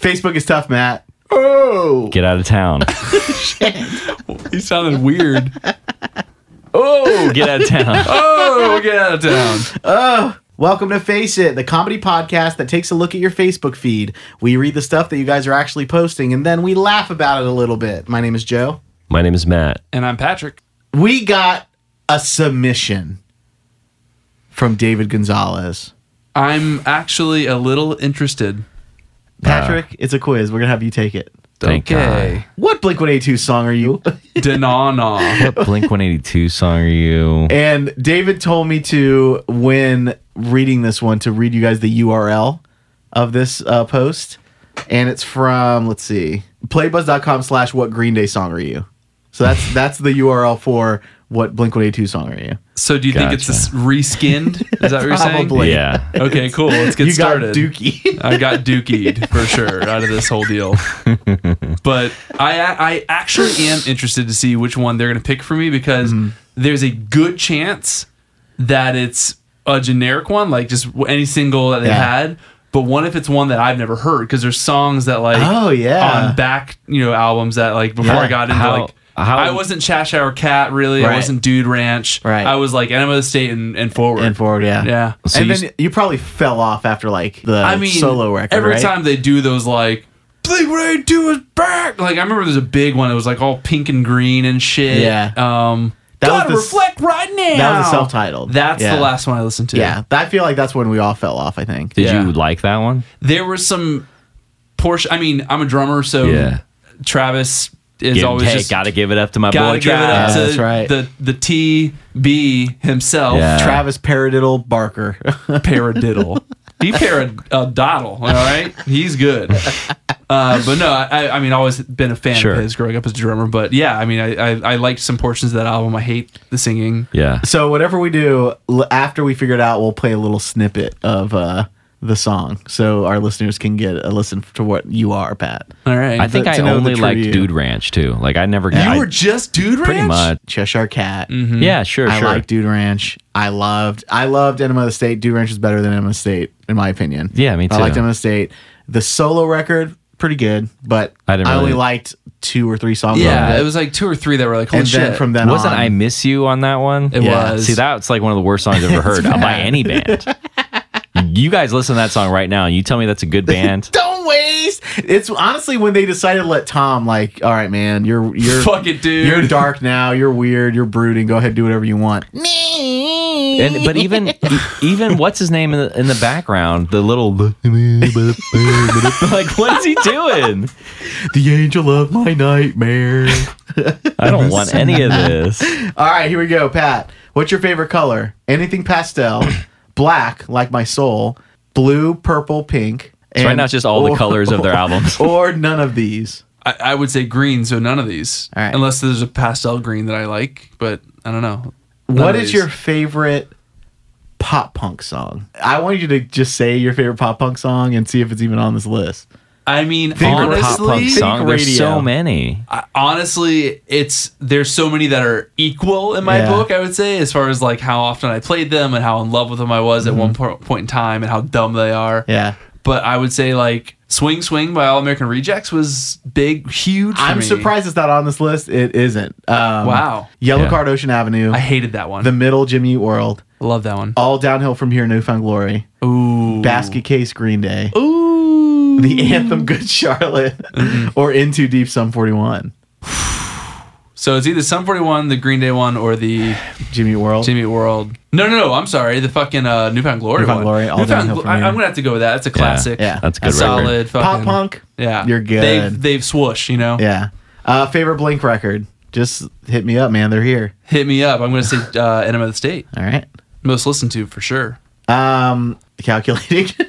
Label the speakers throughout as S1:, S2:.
S1: Facebook is tough, Matt. Oh,
S2: Get out of town.
S3: He sounded weird.
S2: Oh, get out of town.
S3: Oh, get out of town.
S1: welcome to Face It, the comedy podcast that takes a look at your Facebook feed. We read the stuff that you guys are actually posting, and then we laugh about it a little bit. My name is Joe.
S2: My name is Matt.
S3: And I'm Patrick.
S1: We got a submission from David Gonzalez.
S3: I'm actually a little interested.
S1: Patrick, it's a quiz. We're gonna have you take it.
S2: Thank
S3: okay.
S1: What Blink One Eight Two song are you?
S3: Danana.
S2: What Blink 182 song are you?
S1: and David told me to, when reading this one, to read you guys the URL of this uh, post, and it's from let's see, playbuzz.com slash what Green Day song are you? So that's that's the URL for what Blink One Eight Two song are you?
S3: So do you think it's
S2: Gotcha.
S3: this reskinned? Is that what you're saying?
S1: Probably.
S2: Yeah.
S3: Okay, cool. Let's get
S1: you got
S3: started.
S1: Dookie.
S3: I got dookied for sure out of this whole deal. But I I actually am interested to see which one they're going to pick for me because
S1: Mm-hmm.
S3: there's a good chance that it's a generic one, like just any single that they
S1: Yeah.
S3: had. But one if it's one that I've never heard because there's songs that like
S1: Oh, yeah.
S3: on back you know albums that like before
S1: Yeah.
S3: I got into
S2: How-
S3: like.
S2: how-
S3: I wasn't Cheshire Cat really.
S1: Right.
S3: I wasn't Dude Ranch.
S1: Right.
S3: I was like Enema of the State and, and forward.
S1: and forward, yeah,
S3: Yeah.
S2: So
S1: and
S2: you
S1: then you, probably fell off after like the
S3: I mean,
S1: solo record.
S3: Every
S1: right?
S3: time they do those, like, Blink Ray Do is back. Like, I remember there's a big one that was like all pink and green and shit.
S1: Yeah.
S3: Um,
S1: That was
S3: gotta
S1: the s-
S3: reflect right now.
S1: that was a self-titled.
S3: That's
S1: Yeah.
S3: the last one I listened to.
S1: Yeah, I feel like that's when we all fell off. I think.
S2: Did
S3: Yeah.
S2: you like that one?
S3: There were some Porsche. I mean, I'm a drummer, so
S2: Yeah.
S3: Travis is
S2: Give-
S3: always
S2: hey,
S3: just.
S2: gotta give it up to my
S3: Gotta
S2: boy
S3: give it
S2: Trav.
S3: up to
S1: That's right.
S3: the the TB himself,
S2: Yeah.
S1: Travis Paradiddle Barker.
S3: paradiddle. He paradiddle, all right? He's good. Uh, but no, I, I mean, I always been a fan
S2: Sure.
S3: of his growing up as a drummer. But yeah, I mean, I, I, I liked some portions of that album. I hate the singing.
S2: Yeah.
S1: so whatever we do l- after we figure it out, we'll play a little snippet of uh, the song, so our listeners can get a listen to what you are, Pat.
S3: All right.
S2: I think
S1: to
S2: I
S1: know the
S2: only liked
S1: trivia.
S2: Dude Ranch too. Like I never
S3: you
S2: I-
S3: were just Dude Ranch?
S2: pretty much.
S1: Cheshire Cat.
S2: Yeah, Mm-hmm. sure,
S1: I
S2: sure.
S1: like Dude Ranch. I loved. I loved Enema of the State. Dude Ranch is better than Enema of the State, in my opinion.
S2: Yeah, me
S1: I
S2: too.
S1: liked Enema of the State. The solo record, pretty good, but I,
S2: I didn't
S1: only
S2: really-
S1: liked two or three songs. on
S3: Yeah,
S1: it,
S3: it was like two or three that were like, holy
S1: and then
S3: shit.
S1: from then
S2: Wasn't
S1: on,
S2: I Miss You on that one?
S3: it
S1: yeah.
S3: was.
S2: See, that's like one of the worst songs I've ever heard uh, by any band. you guys listen to that song right now and you tell me that's a good band.
S1: Don't waste. It's honestly when they decided to let Tom like, all right, man, you're you're
S3: Fuck it, dude.
S1: You're dark now. You're weird. You're brooding. Go ahead, do whatever you want.
S2: And but even e- even what's his name in the, in the background, the little like what is he doing?
S1: The angel of my nightmare.
S2: I don't want any of this.
S1: All right, here we go, Pat. What's your favorite color? Anything pastel, black like my soul, blue, purple, pink.
S2: So right
S1: and-
S2: now it's just all the
S1: or-
S2: colors of their albums.
S1: or none of these.
S3: I, I would say green, so none of these.
S1: All right.
S3: Unless there's a pastel green that I like, but I don't know. None
S1: What
S3: of
S1: is
S3: these.
S1: your favorite pop punk song? I want you to just say your favorite pop punk song and see if it's even on this list.
S3: I mean,
S2: On pop
S3: honestly,
S2: punk song, there's
S1: radio.
S2: so many.
S3: I, honestly, it's there's so many that are equal in my
S1: Yeah.
S3: book. I would say, as far as like how often I played them and how in love with them I was at one po- point in time and how dumb they are.
S1: Mm-hmm. Yeah.
S3: But I would say like "Swing Swing" by All American Rejects was big, huge. for
S1: I'm
S3: me.
S1: surprised it's not on this list. It isn't. Um,
S3: Wow.
S1: Yellow
S2: Yeah.
S1: Card Ocean Avenue,
S3: I hated that one.
S1: The Middle Jimmy Eat World,
S3: Love that one.
S1: All Downhill from Here, No Found Glory,
S3: Ooh,
S1: Basket Case Green Day,
S3: Ooh.
S1: The Anthem Good Charlotte,
S3: Mm-hmm.
S1: or Into Deep Sum 41.
S3: So it's either Sum 41, the Green Day one, or the
S1: Jimmy Eat World.
S3: Jimmy Eat World. No, no, no. I'm sorry. The fucking uh, Newfound Glory
S1: Newfound
S3: one.
S1: Glory, All
S3: Newfound
S1: Downhill
S3: Glo-
S1: from
S3: I,
S1: Here.
S3: am gonna have to go with that. That's a classic.
S1: yeah.
S2: That's a
S3: A
S2: good record.
S3: solid
S1: Pop
S3: fucking
S1: punk.
S3: Yeah,
S1: You're good.
S3: They've they've swoosh, you know.
S1: Yeah. Uh, favorite Blink record. Just hit me up, man. They're here.
S3: Hit me up. I'm gonna say uh, Enema of the State,
S1: All right.
S3: most listened to for sure.
S1: Um, calculating.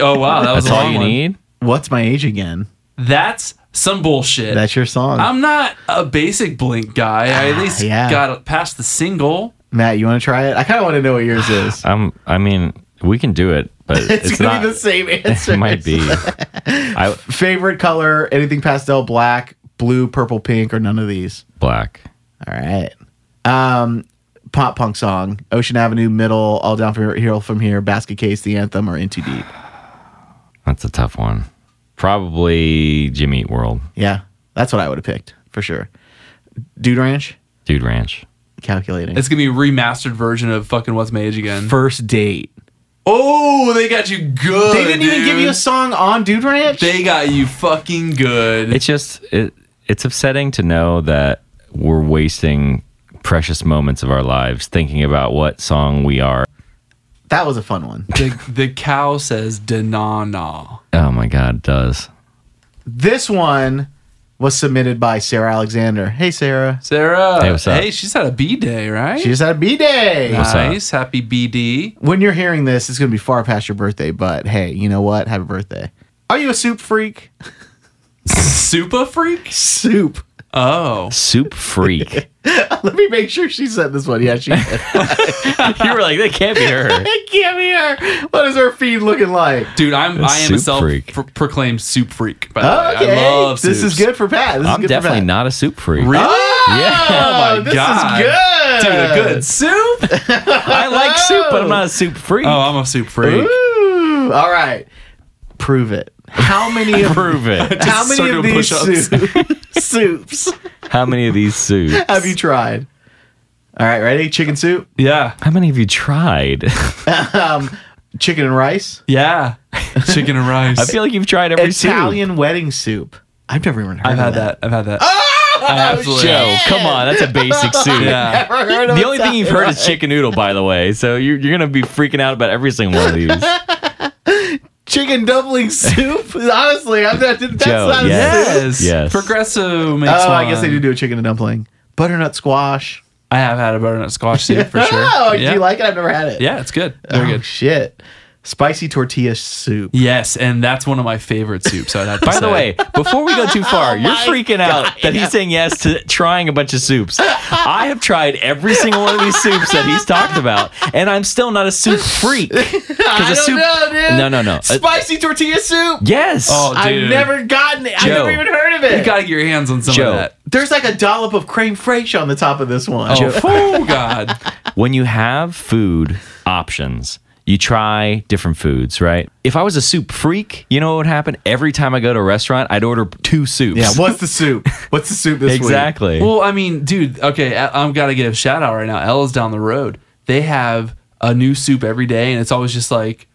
S3: Oh wow, that was
S2: That's
S3: a
S2: all
S3: long
S2: you
S3: one.
S2: need?
S1: What's my age again?
S3: That's some bullshit.
S1: That's your song,
S2: Um,
S3: I'm not a basic Blink guy. I at least
S1: yeah.
S3: got past the single.
S1: Matt. You want to try it? I kind of want to know what yours is.
S2: Um I mean, we can do it, but
S1: it's,
S2: it's,
S1: gonna
S2: not
S1: be the same answer.
S2: it might be. I
S1: Favorite color? Anything pastel, black, blue, purple, pink, or none of these.
S2: black.
S1: All right. Um, pop punk song: Ocean Avenue, Middle, All Down from Here, from Here, Basket Case, The Anthem, or In Too Deep.
S2: That's a tough one. Probably Jimmy Eat World,
S1: Yeah, that's what I would have picked for sure. Dude Ranch,
S2: Dude Ranch.
S1: calculating.
S3: It's gonna be a remastered version of fucking What's My Age Again.
S1: first date.
S3: oh, they got you good.
S1: They didn't even
S3: dude.
S1: give you a song on Dude Ranch.
S3: They got you fucking good.
S2: It's just it, it's upsetting to know that we're wasting precious moments of our lives thinking about what song we are.
S1: that was a fun one.
S3: the, the cow says "Danana."
S2: Oh my god, it does.
S1: This one was submitted by Sarah Alexander. Hey, Sarah.
S3: Sarah.
S2: Hey, what's up?
S3: Hey, she's had a B day, right?
S1: She just had a B day.
S2: What's up?
S3: nice. Happy BD.
S1: when you're hearing this, it's going to be far past your birthday, but hey, you know what? Happy birthday. Are you a soup freak?
S3: Super freak.
S1: Soup.
S3: Oh,
S2: Soup Freak.
S1: Let me make sure she said this one. Yeah, she did.
S2: you were like, that can't be her.
S1: it can't be her. What is her feed looking like?
S3: dude, I'm
S2: A
S3: I am a
S2: soup freak.
S3: self-proclaimed soup freak. By the way,
S1: Okay.
S3: I love
S1: this
S3: soups.
S1: is good for Pat. This
S2: I'm
S1: is good
S2: definitely
S1: for Pat.
S2: not a soup freak.
S3: Really?
S1: Oh,
S2: Yeah.
S3: Oh my
S1: this
S3: God.
S1: is
S3: Dude, a
S1: good.
S3: good soup.
S2: I like soup, but I'm not a soup freak.
S3: Oh, I'm a soup freak.
S1: Ooh, all right. Prove it. How many of
S2: Prove it.
S1: how
S3: Just
S1: many
S3: start
S1: of
S3: doing
S1: these soup- soups
S2: How many of these soups?
S1: have you tried? All right, ready? Chicken soup,
S3: Yeah,
S2: How many have you tried?
S1: chicken and rice,
S3: yeah. Chicken and rice.
S2: I feel like you've tried every soup.
S1: Italian wedding soup. I've never even heard
S3: I've
S1: of Oh,
S3: had that. I've had that. I absolutely
S2: Joe,
S3: have.
S2: come on, that's a basic soup.
S3: Yeah.
S1: Never heard of
S2: The only thing you've heard
S1: Italian
S2: is chicken noodle, by the way. So you're, you're gonna be freaking out about every single one of these.
S1: chicken dumpling soup. Honestly, I'm not, that's
S2: Joe,
S1: not a
S2: yes.
S1: soup.
S3: Yes.
S2: Yes.
S3: Progresso makes
S1: Oh, I guess they
S3: one.
S1: do do a chicken and dumpling. Butternut squash.
S3: I have had a butternut squash soup for sure.
S1: Oh,
S3: yeah.
S1: do you like it? I've never had it.
S3: Yeah, it's good. Very
S1: oh,
S3: good.
S1: Shit. Spicy tortilla soup.
S3: Yes, and that's one of my favorite soups. I'd have to
S2: By
S3: say.
S2: the way, before we go too far, you're freaking out that he's saying yes to trying a bunch of soups. I have tried every single one of these soups that he's talked about, and I'm still not a soup freak.
S1: I
S2: a
S1: don't
S2: soup-
S1: know, dude.
S2: No, no, no. Uh,
S1: Spicy tortilla soup.
S2: Yes.
S3: Oh,
S1: I've
S3: dude.
S1: never gotten it. I've
S2: Joe.
S1: never even heard of
S3: you
S1: it.
S3: gotta get your hands on some
S2: Joe.
S3: of that.
S1: There's like a dollop of creme fraiche on the top of this one.
S3: Oh, oh God!
S2: when you have food options, you try different foods, right? If I was a soup freak, you know what would happen? Every time I go to a restaurant, I'd order two soups.
S1: Yeah. What's the soup? What's the soup this
S2: exactly.
S3: Well, I mean, dude. Okay, I, I'm gotta give a shout out right now. Ella's down the road. They have a new soup every day, and it's always just like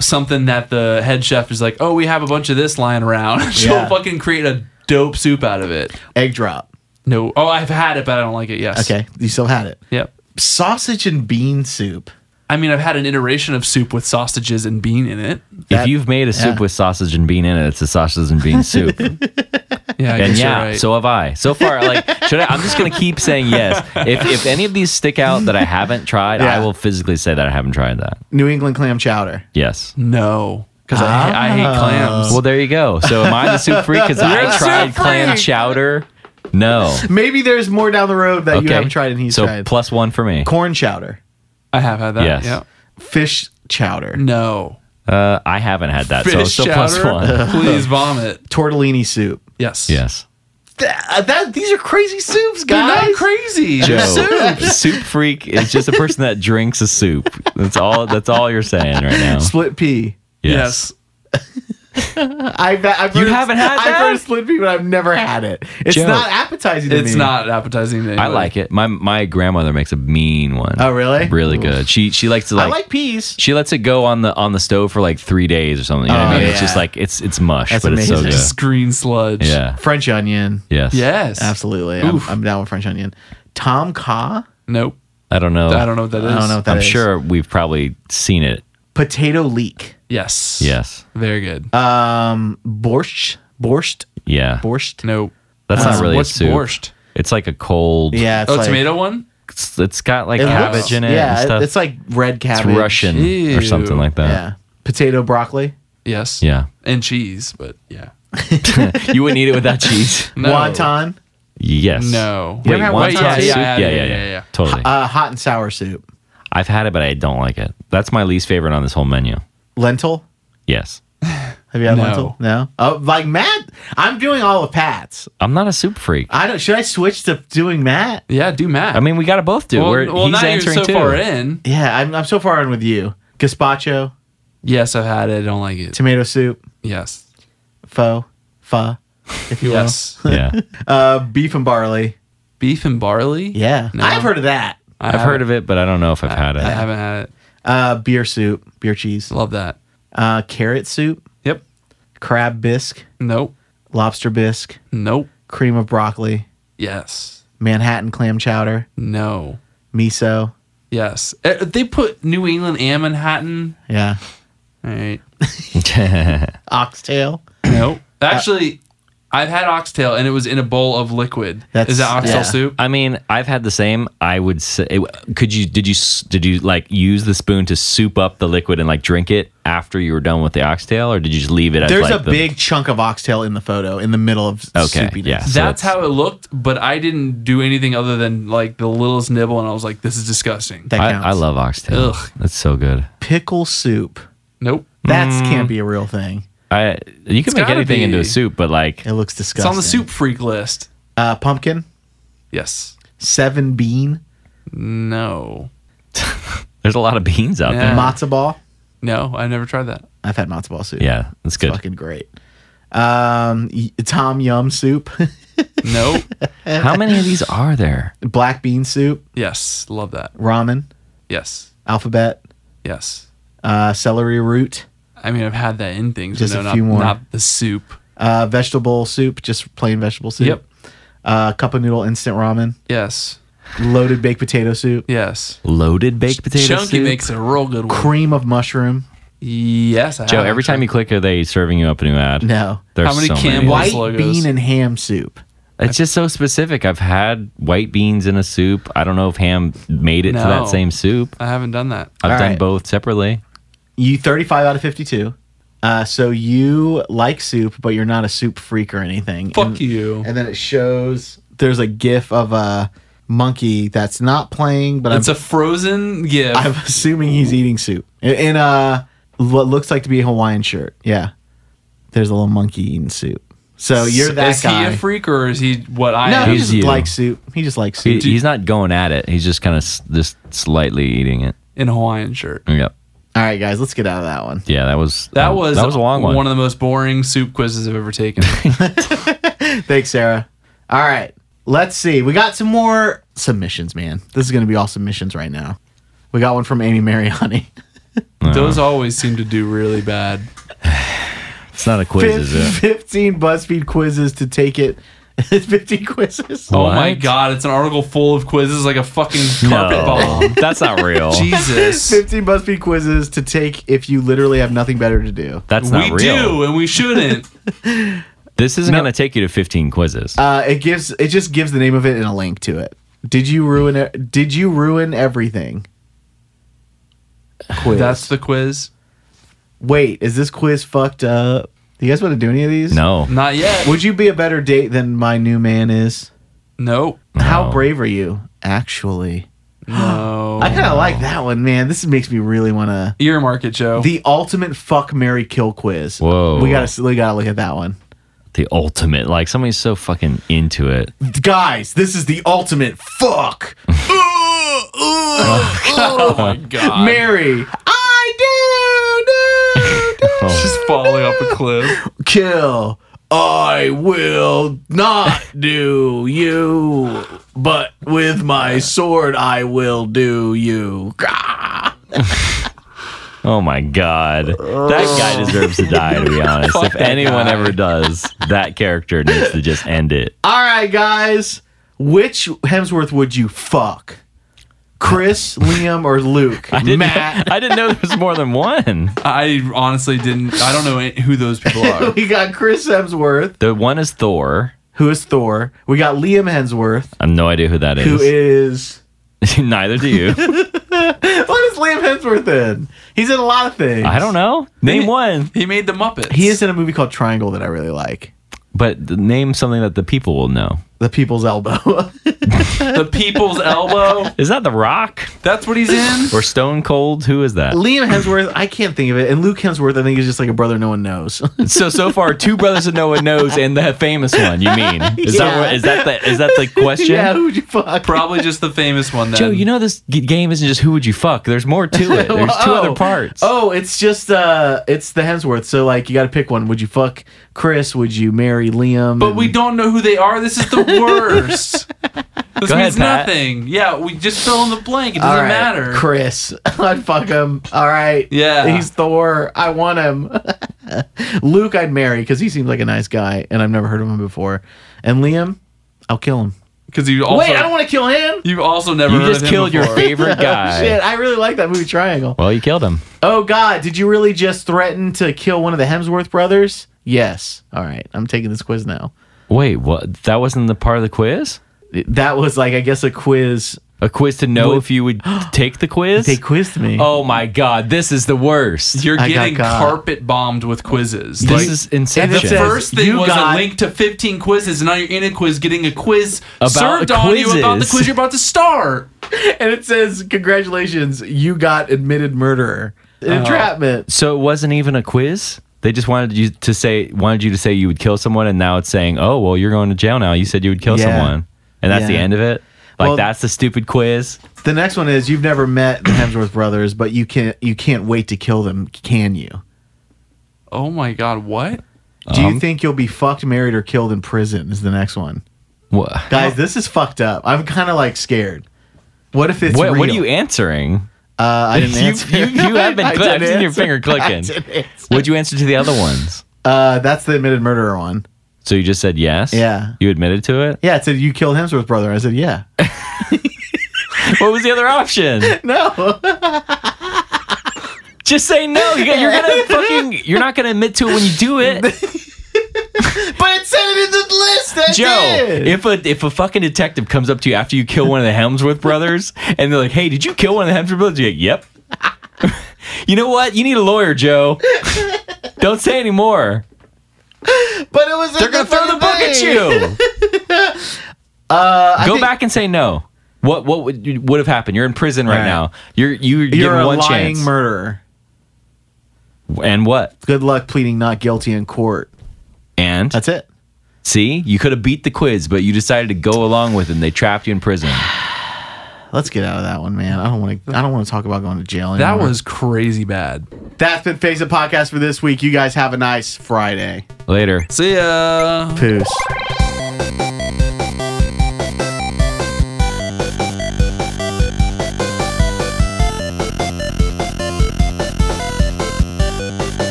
S3: something that the head chef is like, "Oh, we have a bunch of this lying around." She'll
S1: Yeah.
S3: fucking create a dope soup out of it.
S1: week? Egg drop.
S3: No, oh, I've had it, but I don't like it. Yes.
S1: Okay. You still had it.
S3: Yep.
S1: Sausage and bean soup.
S3: I mean, I've had an iteration of soup with sausages and bean in it.
S2: if
S1: that-
S2: you've made a soup
S1: yeah.
S2: with sausage and bean in it, it's a sausage and bean soup.
S3: Yeah, I
S2: And
S3: guess
S2: yeah,
S3: you're right.
S2: so have I. So far, like, should I? I'm just gonna keep saying yes. If if any of these stick out that I haven't tried,
S1: Yeah.
S2: I will physically say that I haven't tried that.
S1: New England clam chowder.
S2: Yes.
S3: no, because I, I hate clams.
S2: Ah. Well, there you go. So am I the soup freak? Because
S1: You're
S2: I
S1: a
S2: tried
S1: soup
S2: clam
S1: freak.
S2: chowder. No.
S1: Maybe there's more down the road that you
S2: Okay.
S1: haven't tried and he's
S2: so
S1: tried.
S2: plus one for me.
S1: Corn chowder.
S3: I have had that.
S2: Yes.
S3: Yeah.
S1: Fish chowder.
S3: No.
S2: Uh, I haven't had that though. So plus one.
S3: Please vomit.
S1: Tortellini soup.
S3: Yes.
S2: Yes.
S1: Th- uh, that- these are crazy soups,
S3: They're
S1: guys.
S3: not crazy.
S2: Joe, soup freak is just a person that drinks a soup. That's all. That's all you're saying right now.
S1: Split pea.
S2: Yes.
S3: Yes.
S1: I've, I've
S2: You
S1: heard-
S2: haven't had
S1: I've
S2: that?
S1: heard of split pea, but I've never had it. It's
S2: Joe,
S1: not appetizing to me.
S3: It's not appetizing to
S2: I like it. My my grandmother makes a mean one.
S1: Oh, really?
S2: Really
S1: Oof.
S2: good. She she likes to
S1: I
S2: like
S1: like peas.
S2: she lets it go on the on the stove for like three days or something. You know what I
S1: Oh,
S2: mean? It's
S1: yeah.
S2: just like it's it's mush,
S1: That's
S2: but
S1: amazing.
S2: it's so
S3: Just green sludge.
S2: good. Yeah.
S1: French onion.
S2: Yes.
S3: Yes.
S1: Absolutely. I'm,
S3: Oof.
S1: I'm down with French onion. Tom Kha.
S3: Nope.
S2: I don't know.
S3: I don't know what that is.
S1: I don't know what that
S2: I'm
S1: is.
S2: sure we've probably seen it.
S1: Potato leek.
S3: Yes.
S2: Yes.
S3: Very good.
S1: Um, borscht. Borscht.
S2: Yeah.
S1: Borscht.
S3: nope.
S2: That's not
S3: Uh,
S2: really
S3: what's
S2: a soup.
S3: borscht?
S2: It's like a cold.
S1: Yeah. It's
S3: oh,
S1: like,
S3: tomato one.
S2: It's, it's got like
S1: it looks-
S2: cabbage in it.
S1: Yeah.
S2: and stuff.
S1: It's like red
S2: It's
S1: cabbage.
S2: Russian or
S3: Ew.
S2: something like that.
S1: Yeah. Potato broccoli.
S3: Yes.
S2: Yeah.
S3: And cheese, but yeah.
S2: you wouldn't eat it without cheese.
S3: No.
S1: Wonton.
S2: Yes.
S3: No.
S2: Wait,
S1: ever had wonton
S2: wonton soup?
S1: soup?
S2: Yeah, yeah,
S3: Yeah,
S2: yeah,
S3: yeah, yeah.
S2: Totally.
S1: Uh, hot and sour soup.
S2: I've had it, but I don't like it. That's my least favorite on this whole menu.
S1: Lentil.
S2: Yes.
S1: Have you had
S3: No.
S1: lentil? No. Oh, like Matt. I'm doing all of Pat's.
S2: I'm not a soup freak.
S1: I don't. Should I switch to doing Matt?
S3: Yeah. Do math.
S2: I mean, we got to both do. it.
S3: well,
S2: We're,
S3: well,
S2: he's
S3: now
S2: answering
S3: you're so
S2: too.
S3: far in.
S1: Yeah. I'm. I'm so far in with you. Gazpacho.
S3: Yes, I've had it. I don't like it.
S1: Tomato soup.
S3: Yes.
S1: pho, pho, if you
S3: Yes.
S2: Yeah.
S1: will. Uh, beef and barley.
S3: Beef and barley?
S1: Yeah,
S3: No.
S1: I've heard of that.
S3: I
S2: I've
S3: haven't-
S2: heard of it, but I don't know if I've had
S3: I
S2: it.
S3: haven't had it.
S1: Uh, beer soup, beer cheese,
S3: Love that.
S1: uh, carrot soup,
S3: Yep.
S1: crab bisque,
S3: Nope.
S1: lobster bisque,
S3: Nope.
S1: cream of broccoli,
S3: Yes.
S1: Manhattan clam chowder,
S3: No.
S1: miso.
S3: Yes. Eh, They put New England and Manhattan.
S1: Yeah,
S3: All right.
S1: oxtail.
S3: Nope.
S1: Uh,
S3: Actually, I've had oxtail and it was in a bowl of liquid.
S1: That's-
S3: Is that oxtail
S1: yeah.
S3: soup?
S2: I mean, I've had the same. I would say, could you, did you, s- did you like use the spoon to soup up the liquid and like drink it after you were done with the oxtail or did you just leave it as
S1: There's
S2: like
S1: a
S2: the-
S1: big chunk of oxtail in the photo in the middle of
S2: Okay,
S1: soupiness.
S2: yeah. So
S3: That's
S2: it's-
S3: how it looked, but I didn't do anything other than like the littlest nibble and I was like, this is disgusting.
S1: That
S2: I,
S1: counts.
S2: I love oxtail.
S3: Ugh.
S2: That's so good.
S1: pickle soup.
S3: Nope.
S1: That
S2: Mm.
S1: can't be a real thing.
S2: I, you can make
S3: gotta
S2: anything into
S3: be.
S2: a soup, but like,
S1: It looks
S3: It's
S1: disgusting.
S3: on the soup freak list.
S1: Uh, pumpkin,
S3: Yes.
S1: seven bean,
S3: No.
S2: there's a lot of beans out
S3: Yeah.
S2: there.
S1: matzo ball.
S3: No, I've never tried that.
S1: I've had matzo ball soup.
S2: Yeah, that's good.
S1: fucking great. Um, y- tom yum soup,
S3: Nope.
S2: How many of these are there?
S1: black bean soup,
S3: yes. Love that.
S1: ramen,
S3: Yes.
S1: alphabet,
S3: Yes.
S1: uh, celery root,
S3: I mean, I've had that in things.
S1: Just
S3: but no,
S1: a
S3: not,
S1: few more.
S3: Not the soup.
S1: uh, vegetable soup, just plain vegetable soup.
S3: Yep.
S1: Uh, cup of noodle instant ramen,
S3: Yes.
S1: loaded baked potato soup,
S3: Yes.
S2: Loaded baked potato
S3: Chunky
S2: soup.
S3: makes a real good one.
S1: cream of mushroom.
S3: Yes. I
S2: Joe,
S3: have
S2: every
S3: actually.
S2: time you click, are they serving you up a new ad?
S1: No,
S2: There's
S3: How many
S2: so
S3: Campbell's?
S1: white
S3: logos.
S1: bean and ham soup.
S2: It's just so specific. I've had white beans in a soup. I don't know if ham made it to
S3: No.
S2: that same soup.
S3: I haven't done that.
S2: I've
S1: All
S2: done
S1: right.
S2: both separately.
S1: You 35 out of 52. Uh, so you like soup, but you're not a soup freak or anything.
S3: Fuck
S1: and,
S3: you.
S1: And then it shows there's a gif of a monkey that's not playing, but I'm,
S3: It's a frozen gift.
S1: I'm assuming he's eating soup in, in a what looks like to be a Hawaiian shirt. Yeah, there's a little monkey eating soup. So you're that
S3: is
S1: guy.
S3: he a freak or is he what I
S1: no,
S3: am?
S1: he
S2: Who's
S1: just
S2: you?
S1: likes soup. He just likes
S2: He-
S1: soup.
S2: he's not going at it. He's just kind of s- just slightly eating it.
S3: in a Hawaiian shirt.
S2: Yep.
S1: All right, guys, let's get out of that one.
S2: Yeah, that was um,
S3: That was
S2: Oh, that was a long one.
S3: One of the most boring soup quizzes I've ever taken.
S1: Thanks, Sarah. All right, let's see. We got some more submissions, man. This is going to be all submissions right now. We got one from Amy Mariani.
S3: Those always seem to do really bad.
S2: it's not a quiz, is it?
S1: 15 BuzzFeed quizzes to take it. 15 quizzes.
S3: Oh my
S2: What?
S3: god, it's an article full of quizzes like a fucking carpet bomb.
S2: No, that's not real.
S3: Jesus.
S1: 15 BuzzFeed quizzes to take if you literally have nothing better to do.
S2: That's not
S3: We
S2: real.
S3: do, and we shouldn't.
S2: This isn't going to take you to 15 quizzes.
S1: Uh, it gives it just gives the name of it and a link to it. Did you ruin it? Did you ruin everything? Quiz.
S3: That's the quiz.
S1: Wait, is this quiz fucked up? Do you guys want to do any of these?
S2: no.
S3: Not yet.
S1: Would you be a better date than my new man is?
S3: no.
S1: How
S2: No.
S1: brave are you? Actually,
S3: No.
S1: I kind of like that one, man. This makes me really want to.
S3: Earmark it, Joe.
S1: The ultimate fuck Mary kill quiz.
S2: Whoa.
S1: we gotta we gotta look at that one,
S2: The ultimate. Like somebody's so fucking into it.
S1: guys. This is the ultimate fuck.
S3: oh my god.
S1: Mary, I do, do, do.
S2: Oh.
S3: Just falling off a cliff.
S1: kill. I will not do you, but with my sword I will do you. Gah.
S2: Oh my god. That guy deserves to die, to be honest.
S3: Oh. Fuck
S2: If
S3: that
S2: anyone
S3: guy.
S2: ever does, that character needs to just end it.
S1: All right, guys. Which Hemsworth would you fuck? Chris, Liam, or Luke?
S2: I didn't,
S1: Matt.
S2: I didn't know there was more than one.
S3: I honestly didn't. I don't know who those people are.
S1: We got Chris Hemsworth,
S2: The one is Thor.
S1: who is Thor. We got Liam Hemsworth,
S2: I have no idea who that is.
S1: who is.
S2: Neither do you.
S1: What is Liam Hemsworth in? He's in a lot of things.
S2: I don't know. Name one.
S3: He made the Muppets.
S1: He is in a movie called Triangle that I really like.
S2: But th- name something that the people will know.
S1: The People's Elbow.
S3: The People's Elbow.
S2: Is that The Rock
S3: That's what he's in.
S2: or Stone Cold? Who is that?
S1: Liam Hemsworth, I can't think of it, and Luke Hemsworth, I think is just like a brother no one knows.
S2: So so far, two brothers that no one knows, and the famous one. You mean is that
S1: Yeah.
S2: what, is that the is that the question? Um,
S1: yeah, who'd you fuck?
S3: Probably just the famous one. Then.
S2: Joe, you know this g- game isn't just who would you fuck. There's more to it. There's two
S1: Oh.
S2: other parts.
S1: Oh, it's just uh, it's the Hemsworth. So like, you got to pick one. Would you fuck Chris? Would you marry Liam?
S3: But
S1: And-
S3: we don't know who they are. This is the worst. this
S2: Go ahead,
S3: means
S2: Pat.
S3: nothing. Yeah, we just fill in the blank. It
S1: All
S3: doesn't
S1: right,
S3: matter.
S1: Chris, I'd fuck him. All right.
S3: Yeah.
S1: He's Thor. I want him. Luke, I'd marry because he seems like a nice guy, and I've never heard of him before. And Liam, I'll kill him.
S3: Because you also
S1: Wait, I don't want to kill him.
S3: you've also never
S2: you
S3: heard
S2: just
S3: of him
S2: killed your
S3: before. Oh,
S2: favorite guy.
S1: Shit, I really like that movie Triangle.
S2: Well, you killed him.
S1: Oh God, did you really just threaten to kill one of the Hemsworth brothers? Yes. All right, I'm taking this quiz now.
S2: Wait, what? That wasn't the part of the quiz.
S1: That was like, I guess, a quiz.
S2: A quiz to know if you would take the quiz.
S1: They quizzed me.
S2: oh my god, this is the worst.
S3: You're
S1: I got
S3: getting
S1: caught.
S3: carpet bombed with quizzes.
S2: this
S3: Like,
S2: is
S1: and
S2: inception.
S1: it says-
S3: first thing
S1: You
S3: was
S1: got-
S3: a link to 15 quizzes, and now you're in a quiz getting a quiz
S2: About
S3: served
S2: the
S3: on you about the
S2: quizzes.
S3: quiz you're about to start.
S1: and it says, "Congratulations, you got admitted murderer,
S2: Oh.
S1: entrapment."
S2: so it wasn't even a quiz. They just wanted you to say wanted you to say you would kill someone, and now it's saying, oh well, you're going to jail now. You said you would kill
S1: Yeah.
S2: someone, and that's the
S1: Yeah.
S2: end of it. Like
S1: Well-
S2: that's the stupid quiz.
S1: The next one is you've never met the Hemsworth brothers, but you can't you can't wait to kill them, can you?
S3: Oh my god, what?
S1: Do
S2: Um,
S1: you think you'll be fucked, married, or killed in prison? Is the next one,
S2: What?
S1: guys? This is fucked up. I'm kind of like scared. What if it's
S2: What,
S1: real?
S2: what are you answering?
S1: Uh, I didn't
S2: You-
S1: answer.
S2: you- you have been
S1: I
S2: cl- I've
S1: didn't
S2: seen your
S1: answer.
S2: finger clicking.
S1: I didn't answer.
S2: Would you answer to the other ones?
S1: Uh, that's the admitted murderer one.
S2: So you just said yes.
S1: Yeah.
S2: You admitted to it.
S1: Yeah, it said you killed Hemsworth brother. I said yeah.
S2: What was the other option?
S1: no.
S2: Just say no. You got, you're gonna fucking. You're not gonna admit to it when you do it,
S1: But it said it in the list. I
S2: Joe.
S1: did.
S2: If a if a fucking detective comes up to you after you kill one of the Helmsworth brothers, and they're like, "Hey, did you kill one of the Helmsworth brothers?" You're like, "Yep." you know what? You need a lawyer, Joe. Don't say any more.
S1: but it was
S2: They're gonna throw the book at you.
S1: I
S2: Go
S1: Uh, think-
S2: back and say no. What what would would have happened? You're in prison right,
S1: Right.
S2: now. You're you're,
S1: You're
S2: given
S1: a
S2: one
S1: lying
S2: chance.
S1: murderer.
S2: and what?
S1: Good luck pleading not guilty in court.
S2: And
S1: That's it.
S2: see, you could have beat the quiz, but you decided to go along with it. and They trapped you in prison.
S1: Let's get out of that one, man. I don't want to. I don't want to talk about going to jail anymore.
S3: That was crazy bad.
S1: That's been Face It podcast for this week. You guys have a nice Friday.
S2: Later.
S3: See ya.
S1: Peace.